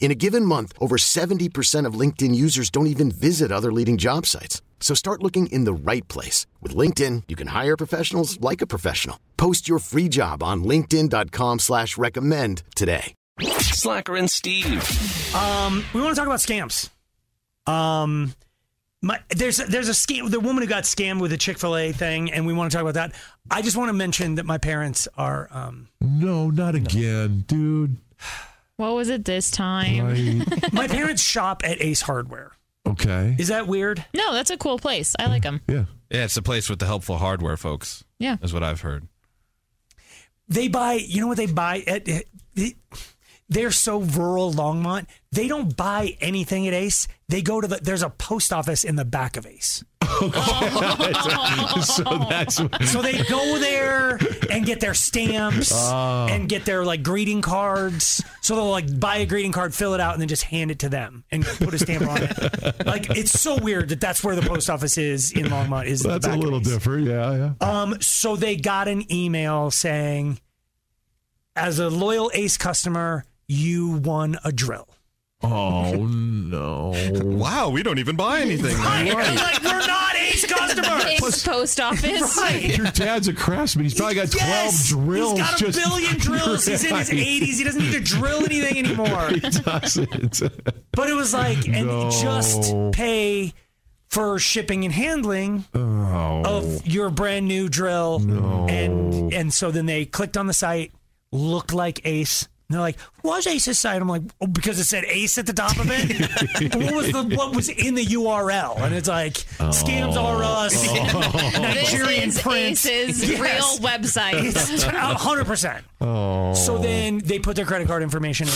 In a given month, over 70% of LinkedIn users don't even visit other leading job sites. So start looking in the right place. With LinkedIn, you can hire professionals like a professional. Post your free job on linkedin.com slash recommend today. Slacker and Steve. Um, we want to talk about scams. Um, my, there's there's a scam. The woman who got scammed with the Chick Fil A thing, and we want to talk about that. I just want to mention that my parents are. Um, No, not again, dude. What was it this time? I, my parents shop at Ace Hardware. okay. Is that weird? No, that's a cool place. I like them. Yeah. Yeah, it's the place with the helpful hardware, folks. Yeah. is what I've heard. They buy. You know what they buy at. at- they- They're so rural, Longmont. They don't buy anything at Ace. They go to the. There's a post office in the back of Ace. so that's So they go there and get their stamps Oh. and get their like greeting cards. So they'll like buy a greeting card, fill it out, and then just hand it to them and put a stamp on it. Like it's so weird that that's where the post office is in Longmont. Is the that's a back little office. different. Yeah, yeah. Um, so they got an email saying, as a loyal Ace customer, you won a drill. Oh no. Wow, we don't even buy anything. I'm like we're not Ace customers. It's post office. Your dad's a craftsman. He's probably got twelve Yes! He's drills. got a just billion drills. He's in his Right. 80s. He doesn't need to drill anything anymore. doesn't. But it was like, and No. just pay for shipping and handling Oh. of your brand new drill. And and so then they clicked on the site, looked like Ace. And they're like, was Ace's site? I'm like, oh, because it said Ace at the top of it. what was the what was in the URL? And it's like, scams are Oh. us, this Nigerian is prince. Ace's Yes. real website. It's hundred percent. Oh. So then they put their credit card information in,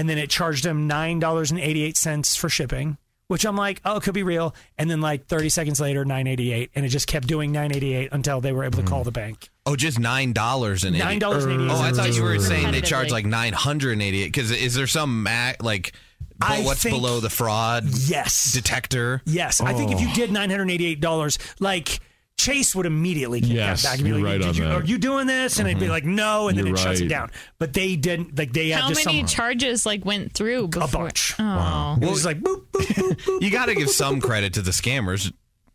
and then it charged them nine dollars and eighty eight cents for shipping, which I'm like, oh, it could be real. And then like thirty seconds later, nine eighty eight, and it just kept doing nine eighty eight until they were able to Hmm. call the bank. Oh, just nine dollars and Nine dollars and eighty eight. Oh, I thought you were saying they Repetitively. charge like nine hundred and eighty-eight. Because is there some ma- like but I what's think- below the fraud yes, detector? yes. I think if Oh. you did nine hundred eighty eight dollars, like. Chase would immediately kick Yes, that back and be you're like, right Did on you, that. Mm-hmm. "Are you doing this?" And it'd be like, "No," and then You're it shuts it right. down. But they didn't. Like they How had just many some, charges like went through before? a bunch. Oh. It was like boop boop boop boop. You got to give some credit to the scammers.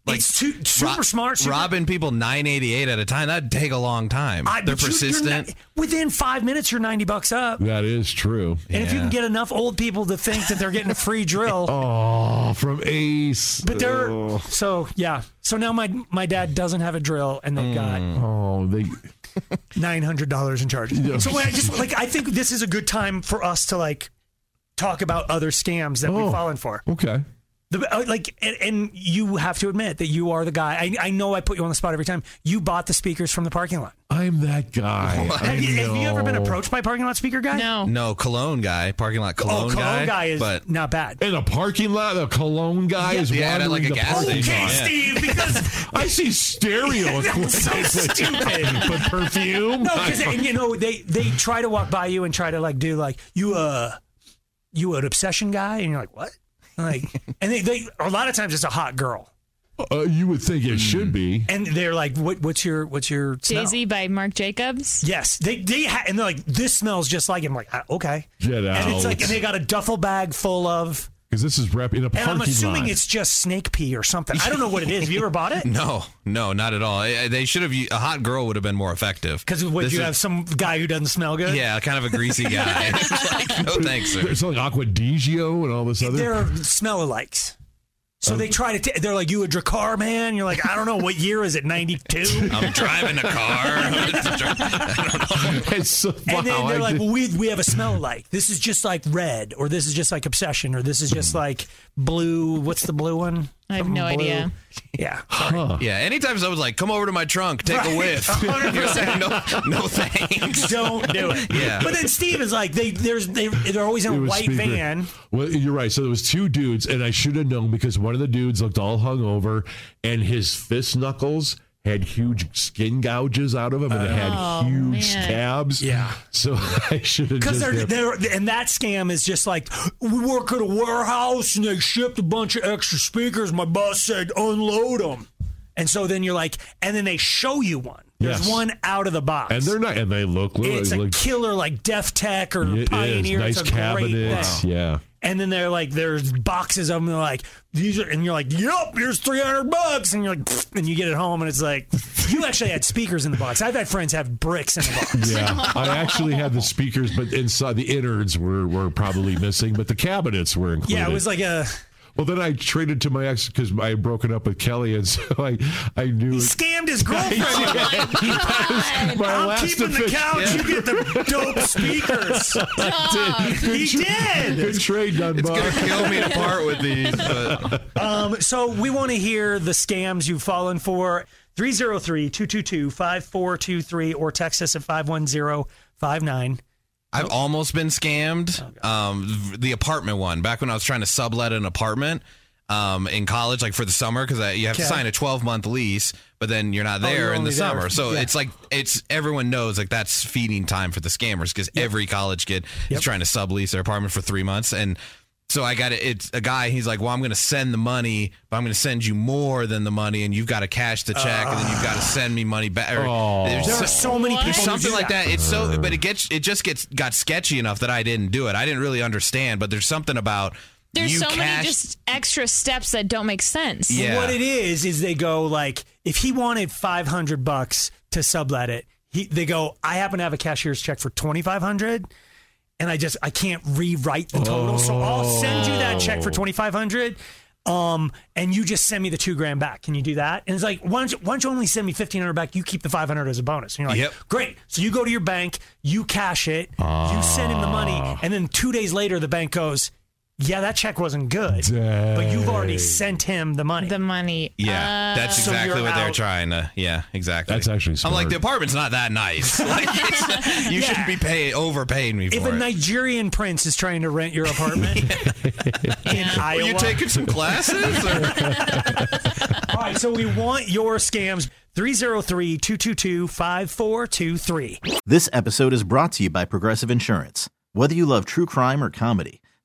it's too, super ro- smart. Super, robbing people nine eighty-eight at a time. That'd take a long time. I- They're but you- you're persistent. ni- within five minutes, you're ninety bucks up. That is true. And if you can get enough old people to think that they're getting a free drill, Oh, from Ace. but they're so yeah. So now my my dad doesn't have a drill, and they've got Oh, they. nine hundred dollars in charges. Yeah. So when I just like I think this is a good time for us to like talk about other scams that Oh. we've fallen for. Okay. The, uh, like, and, and you have to admit that you are the guy. I, I know I put you on the spot every time. You bought the speakers from the parking lot. I'm that guy. I Have you, have you ever been know. approached by a parking lot speaker guy? No. no, cologne guy, parking lot cologne, Oh, cologne guy, is but not bad. In a parking lot, the cologne guy is Yeah, at, wandering like, a the gas parking station. lot. Oh, Okay, Yeah. Steve, because I see stereo equipment. That's so stupid. But perfume? no, because and you know they they try to walk by you and try to like do like you uh you an obsession guy and you're like what like and they, they a lot of times it's a hot girl Uh, you would think it should be. and they're like what what's your what's your smell? Jay Z by Mark Jacobs. Yes, they they ha- and they're like this smells just like him. Like ah, okay, Get and it's out. like and they got a duffel bag full of Because this is rep in a and parking I'm assuming lot. it's just snake pee or something. I don't know what it is. Have you ever bought it? No, no, not at all. I- I- They should have. u- A hot girl would have been more effective. Because would This you is- have some guy who doesn't smell good? Yeah, kind of a greasy guy. It's like, no thanks, sir. There's something Aquadigio and all this other. They're smell alikes. So Oh. they try to. T- they're like, "You a Dracar man?" You're like, "I don't know. What year is it? 92." I'm driving a car. It's so, wow, And then I they're like, did- well, we, we have a smell like. This is just like red, or this is just like obsession, or this is just like blue. What's the blue one? I have no Something blue. idea. Yeah. yeah. Anytime someone's like, "Come over to my trunk, take a whiff," you're saying, "No, no, thanks." Don't do it. Yeah. But then Steve is like, they there's they they're always in It a was white speaker. van. Well, you're right. So there was two dudes, and I should have known because one of the dudes looked all hungover, and his fist knuckles had huge skin gouges out of them, and it had huge man. scabs. Oh, Yeah. So I should have Because just. they're, kept- they're and that scam is just like we work at a warehouse and they shipped a bunch of extra speakers. My boss said unload them, and so then you're like, and then they show you one. There's Yes. one out of the box, and they're not, and they look. little- it's they a look killer like Def Tech or it is. Pioneer. nice it's a cabinets. Great thing. Yeah. And then they're like, there's boxes of them. They're like, these are, and you're like, yup, here's 300 bucks. And you're like, "Pfft," and you get it home, and it's like, you actually had speakers in the box. I've had friends have bricks in the box. Yeah, I actually had the speakers, but inside the innards were were probably missing, but the cabinets were included. Yeah, it was like a well, then I traded to my ex because I had broken up with Kelly, and so I I knew he scammed his girlfriend. my I'm last keeping the official- couch. You get the dope speakers. he did. Good trade done, It's Bob. gonna kill me to part with these. But Um, so we want to hear the scams you've fallen for. 303-222-5423 or text us at 510-59. I've almost been scammed. Oh, Um, the apartment one back when I was trying to sublet an apartment. Um, in college, like for the summer, because you have to Okay. Oh, sign a 12 month lease, but then you're not there you're in the only there. summer. So Yeah. it's like, it's everyone knows like that's feeding time for the scammers because every college kid is trying to sublease their apartment for three months. And so I got it. It's a guy, he's like, Well, I'm going to send the money, but I'm going to send you more than the money, and you've got to cash the check, and then you've got to send me money back. Or- there's Ah. Oh. There are so- so many people there's who something do like that. It's so, but it gets, it just gets got sketchy enough that I didn't do it. I didn't really understand, but there's something about There's you so many cash- just extra steps that don't make sense. Yeah. What it is is they go like if he wanted 500 bucks to sublet it, he, they go I happen to have a cashier's check for 2500 and I just I can't rewrite the total, so I'll send you that check Oh. for 2500 um and you just send me the 2 grand back. Can you do that? And it's like why don't you, why don't you only send me 1500 back, you keep the 500 as a bonus. And you're like, Yep. "Great." So you go to your bank, you cash it, you send him the Ah. money, and then 2 days later the bank goes, "Yeah, that check wasn't good." But you've already sent him the money. The money. Uh, Yeah, that's So exactly you're what they're out. trying to. Yeah, exactly. That's actually I'm like smart. the apartment's not that nice. Like, it's- you shouldn't be paying overpaying me for If it. a Nigerian prince is trying to rent your apartment in Were Iowa, you taking some classes? Or? all right, so we want your scams 303 222 5423. This episode is brought to you by Progressive Insurance. Whether you love true crime or comedy,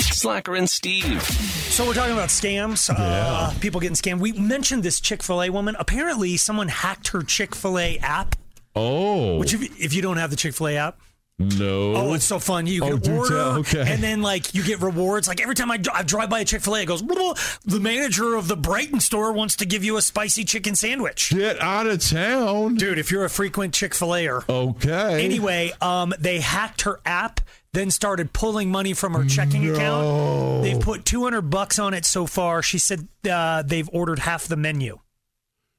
Slacker and Steve. So we're talking about scams, uh, people getting scammed. We mentioned this Chick fil A woman. Apparently, someone hacked her Chick fil A app, Oh which, if you, if you don't have the Chick fil A app, no! Oh, it's so fun. You can Oh, do order, tell. Okay. and then like you get rewards. Like every time I, I drive by a Chick Fil A, it goes. "Blah, blah, The manager of the Brighton store wants to give you a spicy chicken sandwich, get out of town. dude. If you're a frequent Chick Fil Aer, Okay. anyway, um, they hacked her app, then started pulling money from her checking Oh, account. They've put 200 bucks on it so far. She said uh, they've ordered half the menu.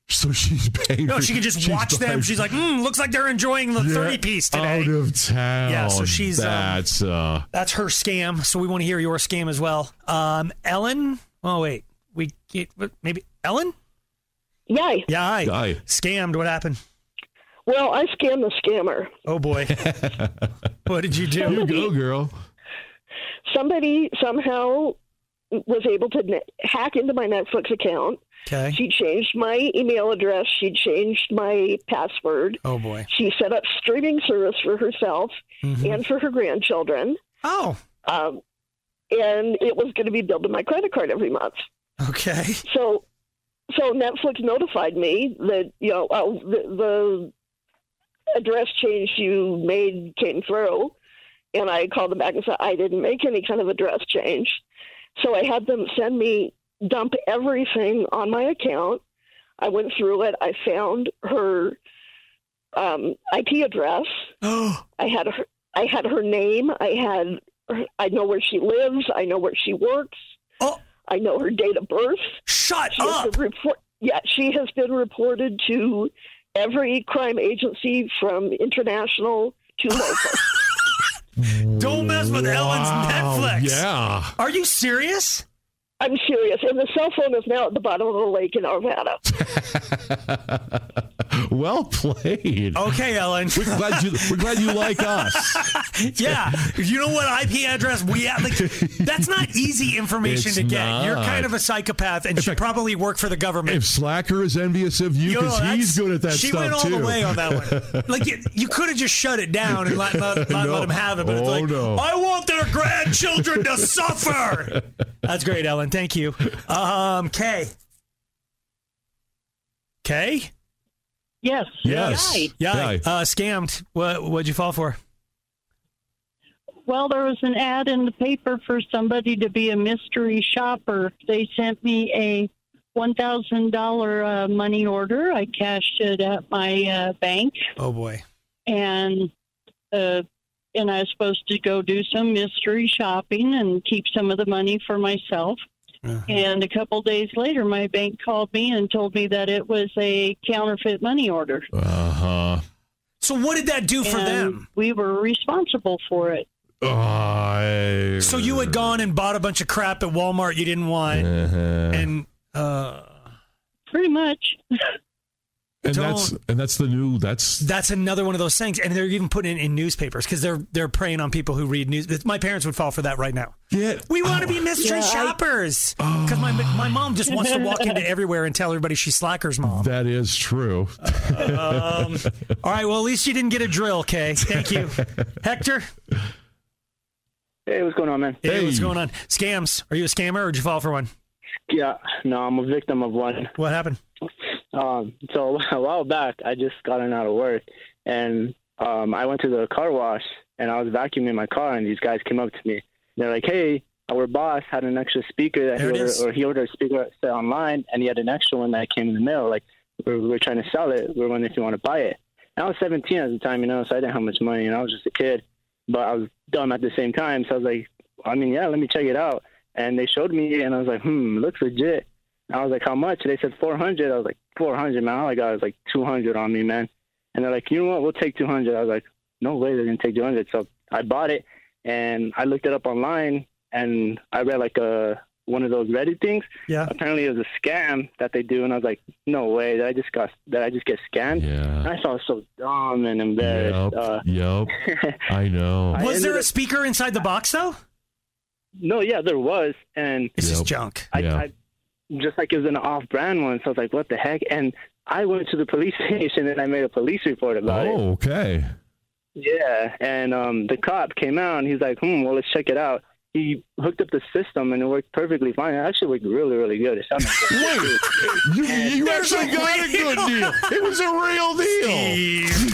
so she's paying. No, for- she can just she's oh, watch them. buying- She's like, mm, looks like they're enjoying the Get 30 piece today. Out of town. Yeah, so she's, um, that's uh, That's her scam. So we want to hear your scam as well. Um, Ellen. Oh wait, we get what- maybe Ellen. Yay. Yeah, I Aye. scammed. What happened? Well, I scammed the scammer. Oh boy, what did you here do? you go, girl. Somebody somehow was able to ne- hack into my Netflix account. Okay. She changed my email address. She changed my password. Oh boy. Mm-hmm. She set up streaming service for herself and for her grandchildren. Oh. Um, and it was going to be billed to my credit card every month. Okay. So so Netflix notified me that you know oh, the, the address change you made came through, and I called them back and said I didn't make any kind of address change. So I had them send me dump everything on my account. I went through it. I found her um, IP address. I had her. I had her name. I had. Her, I know where she lives. I know where she works. Oh, I know her date of birth. shut She has up. been report- yeah, she has been reported to every crime agency from international to local. Don't mess with Ellen's Wow, Netflix. Yeah. Are you serious? I'm serious. And the cell phone is now at the bottom of the lake in Arvada. well played. Okay, Ellen. We're glad you we're glad you like us. yeah. You know what IP address we have? Like, that's not easy information It's to get. You're not. kind of a psychopath and should probably work for the government. If Slacker is envious of you You know, because he's that's- good at that she stuff went all too. the way on that one. Like you, you could have just shut it down and let let, let, No. let him have it. But it's Oh, like, no. I want their grandchildren to suffer. That's great, Ellen. Thank you. Um, Kay. Kay. Yes. Yes. Hi. Yeah. Kay. Uh, scammed. What? What'd you fall for? Well, there was an ad in the paper for somebody to be a mystery shopper. They sent me a $1,000 uh, money order. I cashed it at my uh, bank Oh boy. and uh, and I was supposed to go do some mystery shopping and keep some of the money for myself. Uh-huh. And a couple days later, my bank called me and told me that it was a counterfeit money order. Uh-huh. So what did that do for and them? we were responsible for it. I- So you had gone and bought a bunch of crap at Walmart you didn't want, Uh-huh. and uh, Pretty much. And that's and that's the new that's that's another one of those things. And they're even putting it in newspapers because they're they're preying on people who read news. My parents would fall for that right now. get We want to be mystery Yeah, I- shoppers Oh. because my my mom just wants to walk into everywhere and tell everybody she's Slacker's mom. that is true. Um, all right, well at least you didn't get a drill, Kay. Thank you, Hector. Hey, what's going on, man? Hey, what's Hey. going on? Scams? Are you a scammer or did you fall for one? Yeah, no, I'm a victim of one. What happened? Um, so a while back, I just gotten out of work, and um, I went to the car wash, and I was vacuuming my car, and these guys came up to me. They're like, "Hey, our boss had an extra speaker that There it he is. ordered, or he ordered a speaker set online, and he had an extra one that came in the mail. Like, we're, we're trying to sell it. We're wondering if you want to buy it." And I was 17 at the time, you know, so I didn't have much money, and I was just a kid, but I was dumb at the same time. So I was like, "I mean, yeah, let me check it out." And they showed me, and I was like, "Hmm, looks legit." I was like, "How much?" They said 400. I was like, "400, man." All I got was like 200 on me, man. And they're like, "You know what? We'll take 200." I was like, "No way, they're gonna take 200." So I bought it, and I looked it up online, and I read like a one of those Reddit things. Yeah. Apparently, it was a scam that they do, and I was like, "No way! Did I just got did I just get scammed?" And Yeah. I felt so dumb and Yep. embarrassed. Uh, Yep. I know. I Was there ended a up- speaker inside the box though? no, yeah, there was, and It's just Yep. junk. I, Yeah. I just like it was an off-brand one, so I was like, "What the heck?" And I went to the police station and I made a police report about it. Oh, okay. Yeah, and um, the cop came out and he's like, "Hmm, well, let's check it out." He hooked up the system and it worked perfectly fine. It actually worked really, really good. It sounded good. Wait, you, you There's actually a got a real- good deal. It was a real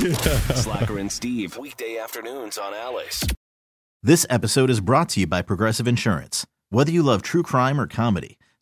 deal. Slacker and Steve, weekday afternoons on Alice. This episode is brought to you by Progressive Insurance. Whether you love true crime or comedy,